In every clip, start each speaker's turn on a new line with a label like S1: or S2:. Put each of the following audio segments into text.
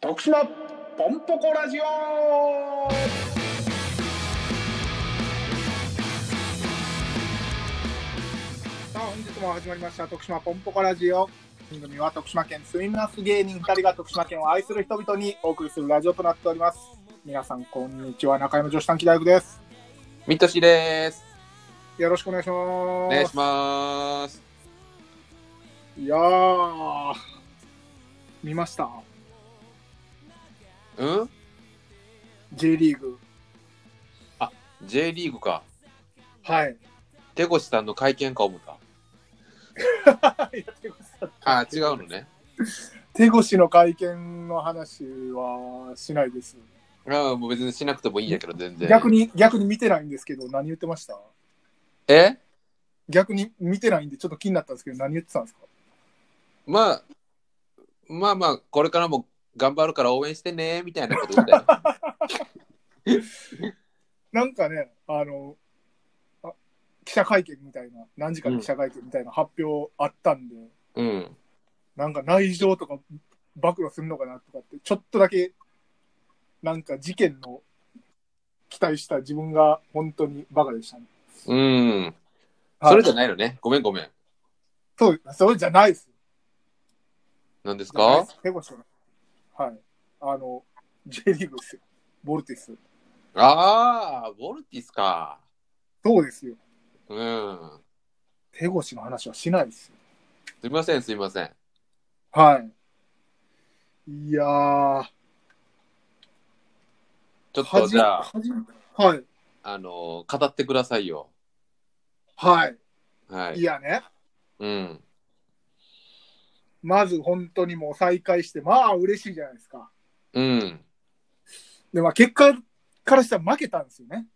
S1: 徳島ポンポコラジオさあ本日も始まりました徳島ポンポコラジオ番組は徳島県住みます芸人2人が徳島県を愛する人々にお送りするラジオとなっております皆さんこんにちは中山女子短期大学です
S2: みとしです。
S1: よろしくお願いします
S2: お願いします。
S1: いやー見ました
S2: うん
S1: J リーグ
S2: ?J リーグか。
S1: はい
S2: 手越さんの会見か思った。あ、違うのね。
S1: 手越の会見の話はしないです。
S2: ああ、もう別にしなくてもいいんやけど、全然。
S1: 逆。に、逆に見てないんですけど、何言ってました
S2: え
S1: 逆に見てないんで、ちょっと気になったんですけど、何言ってたんですか
S2: まあ、まあまあ、これからも頑張るから応援してね、みたいなこと言ったよ。
S1: なんかね、あの、あ記者会見みたいな、何時間記者会見みたいな発表あったんで、
S2: うん。
S1: なんか内情とか暴露するのかなとかって、ちょっとだけ、なんか事件の期待した自分が本当にバカでしたね。
S2: うん。それじゃ
S1: はい
S2: ないのね。ごめんごめん。
S1: そう、それじゃないです。
S2: 何です
S1: じゃない
S2: か
S1: ですペコシ君はい。あの、J リーグですよ。ボルティス。
S2: ああ、ボルティスか。
S1: そうですよ。
S2: うん。
S1: 手越の話はしないですよ。
S2: すいません、すいません。
S1: はい。いやー。
S2: ちょっとじゃあ、
S1: 恥じはい。
S2: あの語ってくださいよ。
S1: はい。
S2: はい。
S1: いやね。
S2: うん。
S1: まず本当にもう再会して、まあ嬉しいじゃないですか。
S2: うん。
S1: で、まあ結果からしたら負けたんですよね。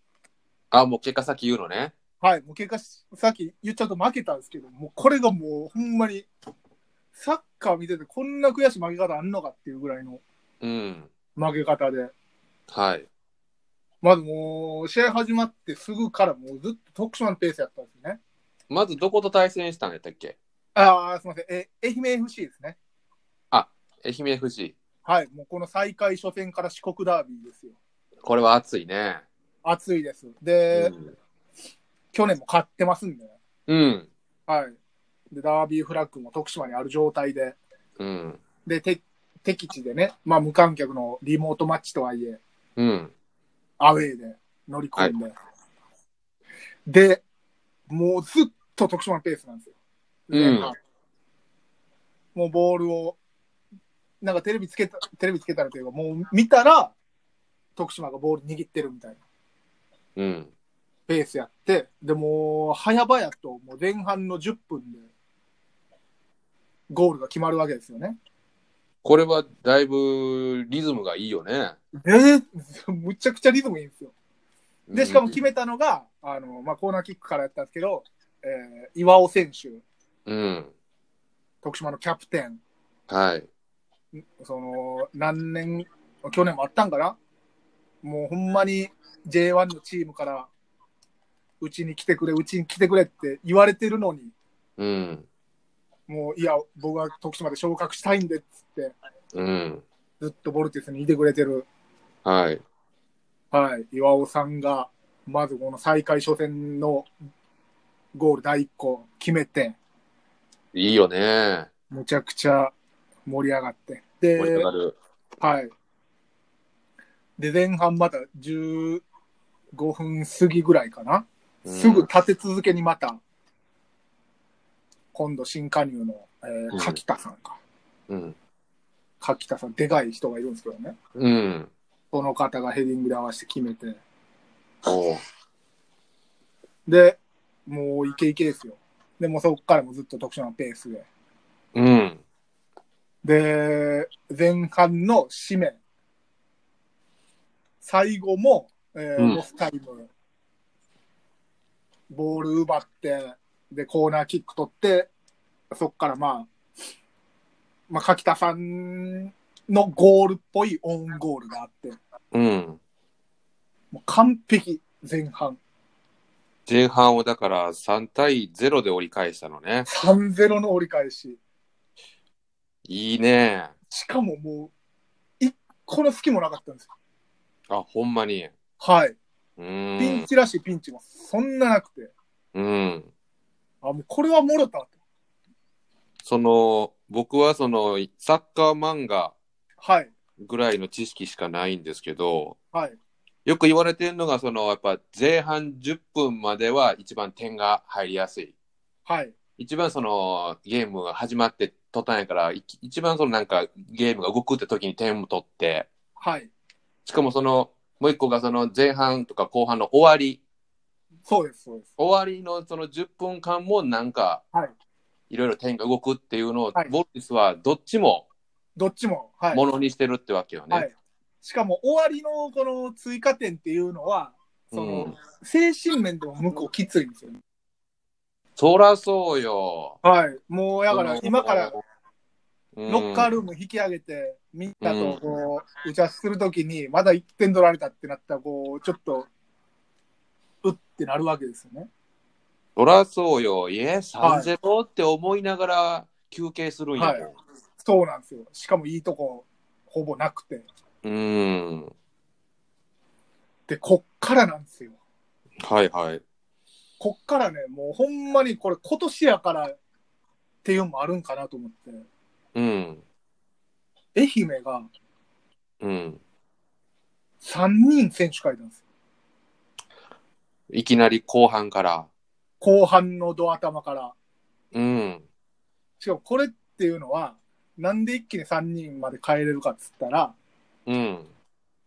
S2: あ、もう結果先言うのね。
S1: はい。もう結果し、さっき言っちゃうと負けたんですけど、もうこれがもうほんまに、サッカー見ててこんな悔しい負け方あんのかっていうぐらいの
S2: うん。
S1: 負け方で。
S2: はい。
S1: まずもう、試合始まってすぐからもうずっと徳島のペースやったんですよね。
S2: まずどこと対戦したんやったっけ
S1: ああ、すみません。え、愛媛 FC ですね。
S2: 愛媛 FC。
S1: はい。もうこの再開初戦から四国ダービーですよ。
S2: これは熱いね。
S1: 熱いです。で、
S2: うん
S1: 去年も勝ってますんでね。
S2: うん。
S1: はい。で、ダービーフラッグも徳島にある状態で。
S2: うん。
S1: で、て敵地でね、まあ無観客のリモートマッチとはいえ、
S2: うん。
S1: アウェーで乗り込んで。で、もうずっと徳島のペースなんですよ。
S2: うん
S1: 前半もうボールを、なんかテレビつけた、テレビつけたらというか、もう見たら、徳島がボール握ってるみたいな
S2: うん。
S1: ペースやって、でもう、早々と、もう前半の10分で、ゴールが決まるわけですよね。
S2: これはだいぶリズムがいいよね。
S1: えー、 むちゃくちゃリズムいいんですよ。で、しかも決
S2: め、
S1: めたのが、あの、まあ、コーナーキックからやったんですけど、えー、岩尾選手、
S2: うん。
S1: 徳島のキャプテン、
S2: はい。
S1: その、何年、去年もあったんかなもうほんまに J1 のチームから、うちに来てくれ、うちに来てくれって言われてるのに、
S2: うん。
S1: もう、いや、僕は徳島で昇格したいんでっつって、
S2: うん。
S1: ずっとボルティスにいてくれてる、
S2: はい。
S1: はい、岩尾さんが、まずこの再開初戦のゴール第1個決めて、
S2: いいよね。
S1: むちゃくちゃ盛り上がって。
S2: 盛り上
S1: で
S2: が、る。
S1: はい。で、前半また15分過ぎぐらいかな。
S2: うん
S1: すぐ立て続けにまた、今度新加入の、え
S2: うん
S1: ー、柿田さんか。
S2: うん。
S1: 柿田さん、でかい人がいるんですけどね。
S2: うん。
S1: その方がヘディングで合わせて決めて。
S2: おう
S1: で、もうイケイケですよ。で、もうそこからもずっと徳島のペースで。
S2: うん。
S1: で、前半の締め。最後も、えー
S2: うん
S1: ロスタイム。ボール奪って、で、コーナーキック取って、そっからまあ、まあ、柿田さんのゴールっぽいオウンゴールがあって、
S2: うん。
S1: もう完璧、前半。
S2: 前半をだから3対0で折り返したのね。
S1: 3-0の折り返し。
S2: いいね。
S1: しかももう、一個の隙もなかったんですよ。
S2: あ、ほんまに。
S1: はい。
S2: う
S1: ピン
S2: ん。
S1: チらしいピンチもそんななくて、
S2: うん。
S1: あ、もうこれはもろたと。
S2: その、僕はその、サッカー漫画
S1: はい。
S2: ぐらいの知識しかないんですけど、
S1: はい。
S2: よく言われてるのが、その、やっぱ前半10分までは一番点が入りやすい。
S1: はい。
S2: 一番その、ゲームが始まって途端やから、い一番そのなんか、ゲームが動くって時に点を取って、
S1: はい。
S2: しかもその、もう一個がその前半とか後半の終わり、
S1: そうです、そうです。
S2: 終わりのその10分間もなんか、
S1: はい
S2: いろいろ点が動くっていうのを、
S1: はい
S2: ボルティスはどっちも
S1: どっちも。はい。
S2: ものにしてるってわけよね。
S1: はい。しかも終わりのこの追加点っていうのは、その、精神面でも向こうきついんですよね。
S2: そらそうよ。
S1: はい。もう、だから今から
S2: うん、
S1: ロッカールーム引き上げて、みんなとこう、打ち合わせするときに、まだ1点取られたってなったら、こう、ちょっと、うってなるわけですよね。
S2: そらそうよ。いえ、
S1: はい
S2: 3ゼロって思いながら休憩するんやもん。
S1: はそうなんですよ。しかもいいとこ、ほぼなくて。
S2: うん。
S1: で、こっからなんですよ。
S2: はいはい。
S1: こっからね、もうほんまにこれ今年やからっていうのもあるんかなと思って、
S2: うん。
S1: 愛媛が
S2: うん。
S1: 3人選手書いたんですよ。
S2: いきなり後半から。
S1: 後半のド頭から。
S2: うん。
S1: しかもこれっていうのは、なんで一気に3人まで変えれるかっつったら、
S2: うん。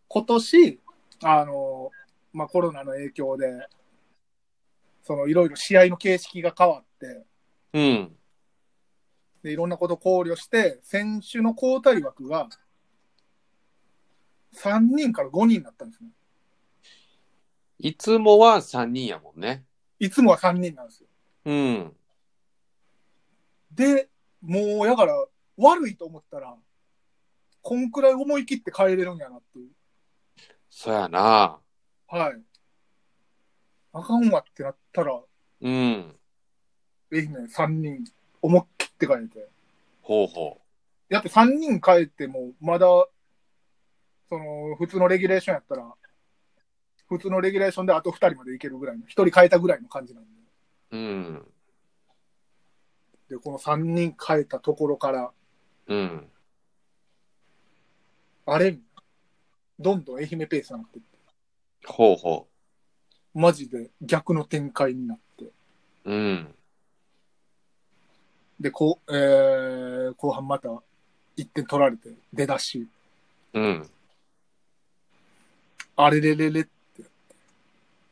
S1: 今年、あの、まあ、コロナの影響で、そのいろいろ試合の形式が変わって、
S2: うん。
S1: でいろんなことを考慮して、選手の交代枠が3人から5人になったんですね。
S2: いつもは3人やもんね。
S1: いつもは3人なんですよ。
S2: うん。
S1: で、もう、やから、悪いと思ったら、こんくらい思い切って変えれるんやなっていう。
S2: そやな。
S1: はい。あかんわってなったら、
S2: うん。
S1: 愛媛3人、思い切って変えて。
S2: ほうほ
S1: だって3人変えても、まだ、その、普通のレギュレーションやったら、普通のレギュレーションであと2人までいけるぐらいの、1人変えたぐらいの感じなんで。
S2: う。うん。
S1: で、この3人変えたところから、
S2: うん。
S1: あれどんどん愛媛ペースになってって、
S2: ほうほ
S1: マジで逆の展開になって。
S2: う。うん。
S1: で、こう、えー、後半また1点取られて、出だし、
S2: うん。
S1: あれれれれ。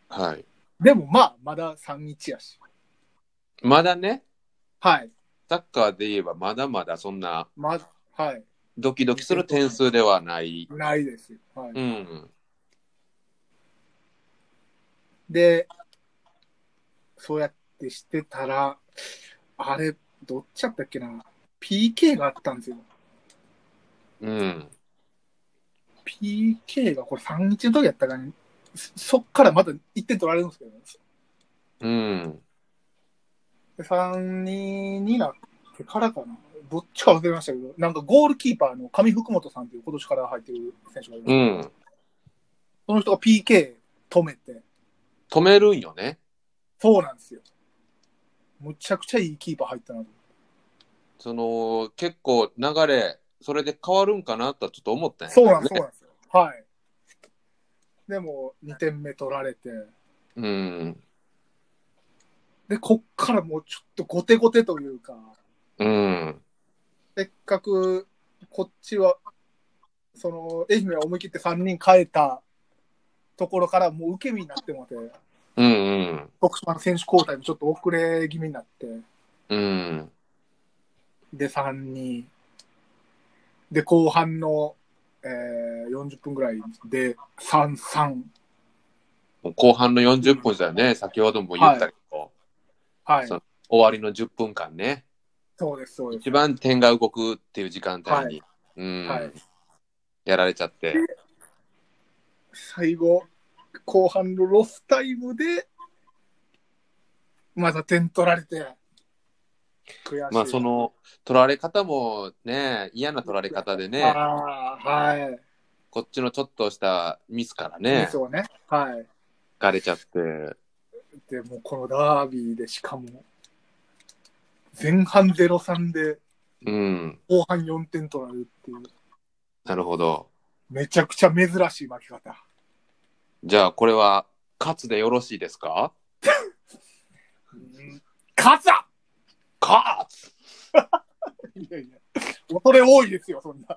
S2: はい。
S1: でもまあ、まだ3-1やし。
S2: まだね、
S1: はい。
S2: サッカーで言えばまだまだそんな
S1: まだ、はい。
S2: ドキドキする点数ではない。
S1: ないですよ。はい。
S2: うん。
S1: で、そうやってしてたら、あれ、どっちやったっけな。PK があったんですよ。
S2: うん。
S1: PK がこれ3-1の時やったからね。そそっからまた1点取られるんですけど、ね、
S2: うん。
S1: で3-2になってからかな。どっちか忘れましたけど、なんかゴールキーパーの上福本さんっていう今年から入ってる選手がいる、
S2: うん。
S1: その人が PK 止めて、
S2: 止めるんよね。
S1: そうなんですよ。むちゃくちゃいいキーパー入ったなと。
S2: その、結構流れ、それで変わるんかなとはちょっと思ったんやけ
S1: そう
S2: ど
S1: なん
S2: ね
S1: そうなんですよ。はい。でも、2点目取られて、
S2: うん。
S1: で、こっからもうちょっと後手後手というか、
S2: うん。
S1: せっかくこっちは、その、愛媛は思い切って3人変えたところから、もう受け身になってもらって、
S2: うんうん。
S1: 徳島の選手交代もちょっと遅れ気味になって、
S2: うん。
S1: で、3、2。で、後半の、えー、40分ぐらいで、3、3。
S2: もう後半の40分だよね。先ほども言ったけど、
S1: はい
S2: そ。う終わりの10分間ね。
S1: そうです、そうです。
S2: 一番点が動くっていう時間帯に、うん
S1: はい
S2: やられちゃって。
S1: 最後、後半のロスタイムで、また点取られて、悔しい。
S2: まあその取られ方もね嫌な取られ方でね
S1: あーはい。
S2: こっちのちょっとしたミスから
S1: で
S2: ね
S1: す、よね。はい。
S2: 疲れちゃって。
S1: でもこのダービーでしかも、前半0-3で
S2: うん、
S1: 後半4点取られるっていう、
S2: なるほど。
S1: めちゃくちゃ珍しい負け方。
S2: じゃあ、これは、勝つでよろしいですか
S1: 勝つだ
S2: 勝つ
S1: いやいや、恐れ多いですよ、そんな。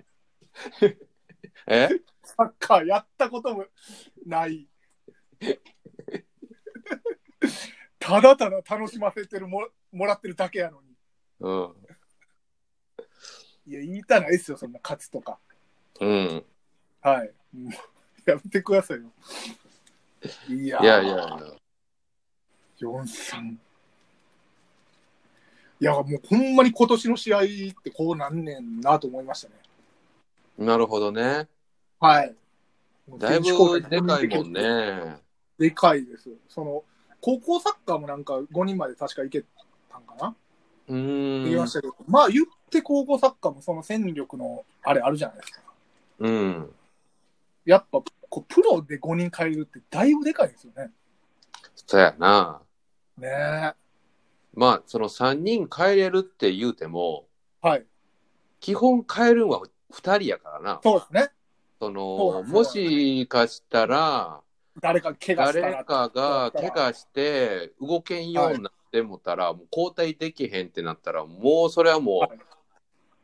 S2: え
S1: サッカーやったことも ない。ただただ楽しませてるももらってるだけやのに。
S2: うん。
S1: いや、言いたないですよ、そんな勝つとか。
S2: うん。
S1: はい。もうやめてくださいよ。いや
S2: いやいやいや。
S1: 43。いや、もうほんまに今年の試合ってこうなんねんなと思いましたね。
S2: なるほどね。
S1: はい。
S2: だいぶでかいもん。ね。
S1: でかいです。その、高校サッカーもなんか5人まで確か行けたんかな、
S2: う
S1: 言い
S2: ー
S1: ま
S2: ん
S1: し。たけど、まあ言って高校サッカーもその戦力のあれあるじゃないですか。
S2: うん。
S1: やっぱこうプロで5人変えるってだいぶでかいですよね。
S2: そうやな。
S1: ねえ。
S2: まあ、その3人変えれるって言うても、
S1: はい。
S2: 基本変えるんは2人やからな。
S1: そうですね。
S2: そ
S1: そうな
S2: の、
S1: んです
S2: もしかしたら、
S1: 誰か怪我したら
S2: 誰かが怪我して動けんようになってもたら、もう交代できへんってなったら、もうそれはも
S1: は
S2: う
S1: い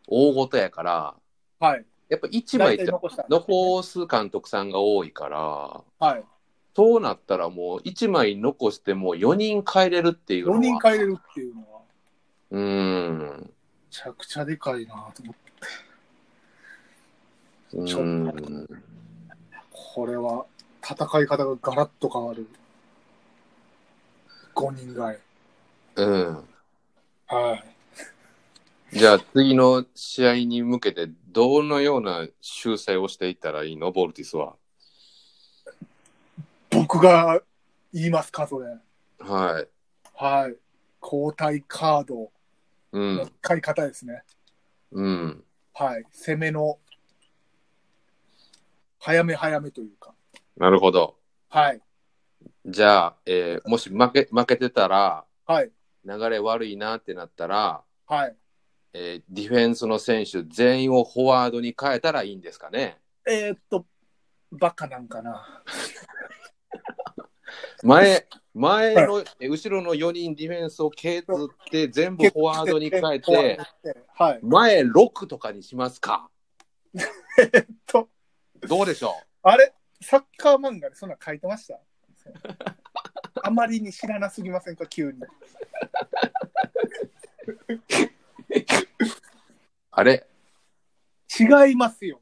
S2: 大ごとやから、
S1: はい。
S2: やっぱ1枚
S1: 大
S2: って
S1: 体残したら
S2: 残す監督さんが多いから、
S1: はい。
S2: そうなったらもう1枚残しても4人変えれるっていうのは。
S1: 4人変えれるっていうのは、め
S2: うーん。
S1: ちゃくちゃでかいなと思って、
S2: う
S1: ちょっと
S2: ーん
S1: これは戦い方がガラッと変わる。5人がえ。
S2: うん。
S1: はい。
S2: じゃあ次の試合に向けてどのような修正をしていったらいいのボルティスは。
S1: 僕が言いますか、それ。
S2: はい。
S1: はい。交代カード
S2: う
S1: の
S2: ん。
S1: 使い方ですね。
S2: うん。
S1: はい。攻めの、早め早めというか。
S2: なるほど。
S1: はい。
S2: じゃあ、えーもし負け負けてたら、
S1: はい。
S2: 流れ悪いなってなったら、
S1: はい。
S2: えーディフェンスの選手全員をフォワードに変えたらいいんですかね。
S1: えーっと、バカなんかな。
S2: 前、前の、え後ろの4人ディフェンスを削って、全部フォワードに変え
S1: フォワー
S2: て
S1: ド、に変えて はい。
S2: 前6とかにしますか。
S1: えっと、
S2: どうでしょ
S1: あれサッカー漫画でそんなん書いてました あまりに知らなすぎませんか、急に。
S2: うあれ
S1: 違いますよ。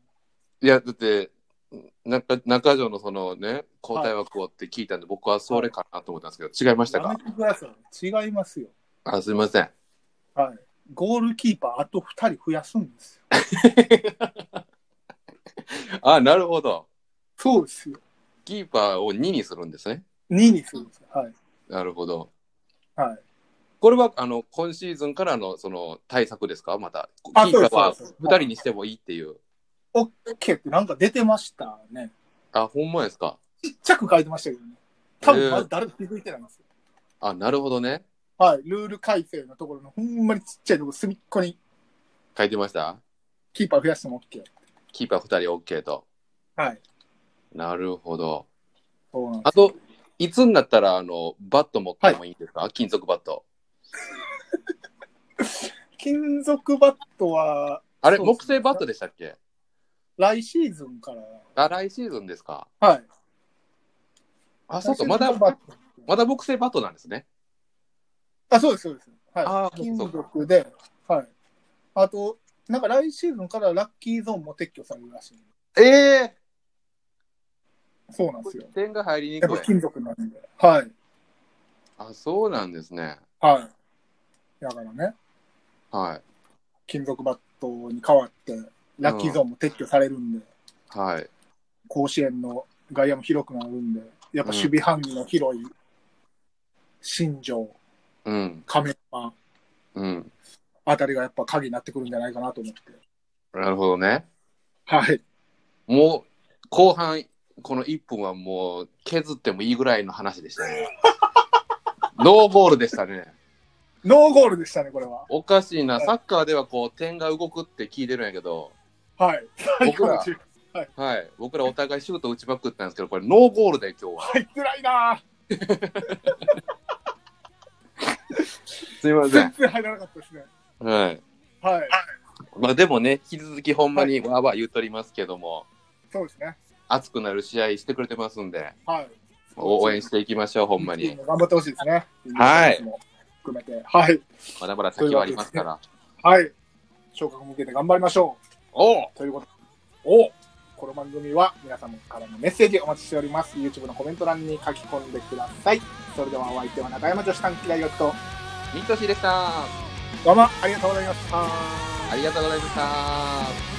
S2: いや、だって、中中条のそのね、交代枠をって聞いたんで、僕はそれかなと思ったんですけど、違いました
S1: や
S2: か
S1: めてください。違いますよ。
S2: あ、すいません。
S1: はい。ゴールキーパー、あと2人増やすんですよ。
S2: あ、なるほど。
S1: そうですよ。
S2: キーパーを2にするんですね。
S1: 2にするんですよ。はい。
S2: なるほど。
S1: はい。
S2: これはあの今シーズンからのその対策ですかまた。キ
S1: あ
S2: ーパーは
S1: そうですそうです
S2: 2人にしてもいいっていう。
S1: オッケーってなんか出てましたね。
S2: あ、ほんまですか。
S1: ちっちゃく書いてましたけどね。多分まだ誰も気づいてないんですよ。
S2: あ、なるほどね。
S1: はい。ルール改正のところのほんまにちっちゃいところ隅っこに
S2: 書いてました
S1: キーパー増やしても OK。
S2: キーパー2人 OK と。
S1: はい。
S2: なるほど。
S1: そうなんで
S2: あと、いつになったらあのバット持ってもいいんですか、金属バット。
S1: す金属バットは
S2: あれ、
S1: そうです
S2: 木製バットでしたっけ
S1: 来シーズンから。
S2: あ、来シーズンですか
S1: はい。
S2: あ、そうか、
S1: 来シ
S2: ま
S1: ーズ
S2: だ
S1: ン、からバット
S2: まだ木製バットなんですね。
S1: あ、そうです、そうです。
S2: あ
S1: は
S2: ー
S1: い。金属で、はい。あと、なんか来シーズンからラッキーゾーンも撤去されるらしい。
S2: ええ
S1: そうなんですよ。
S2: 点が入りに
S1: やっ
S2: く
S1: ぱ
S2: い。
S1: 金属なんで。はい。
S2: あ、そうなんですね。
S1: はい。だからね、
S2: はい。
S1: 金属バットに変わって、ラッキーゾーンも撤去されるんで、
S2: はい。
S1: 甲子園の外野も広くなるんで、やっぱ守備範囲の広い、新庄、
S2: うん。
S1: 亀山
S2: うん。
S1: あたりがやっぱ鍵になってくるんじゃないかなと思って。
S2: なるほどね。
S1: はい。
S2: もう、後半、この1分はもう削ってもいいぐらいの話でした ね。ノーゴールでしたね。
S1: ノーゴールでしたね、これは。
S2: おかしいな、サッカーではこう点が動くって聞いてるんやけど、
S1: はい。最後の10
S2: はい、僕らお互いシュート打ちまくったんですけど、これノーゴールで今日は。
S1: 入ってないな
S2: すいま
S1: ぁ。全。然入らなかったですね。
S2: はい。
S1: はい。
S2: まあでもね、引き続きほんまにわーわー言うとりますけども、
S1: そうですね。
S2: 熱くなる試合してくれてますんで、
S1: はい。
S2: 応援していきましょう、ほんまに。。
S1: 頑張ってほしいですね。
S2: はい。
S1: 含めて。はい。
S2: まだまだ先はありますから。
S1: はい。昇格に向けて頑張りましょ
S2: おう
S1: う。ということでおこの番組は皆様からのメッセージお待ちしております。YouTube のコメント欄に書き込んでください。それではお相手は中山女子短期大学と、
S2: ミットシーでした。
S1: どうもありがとうございました。
S2: ありがとうございました。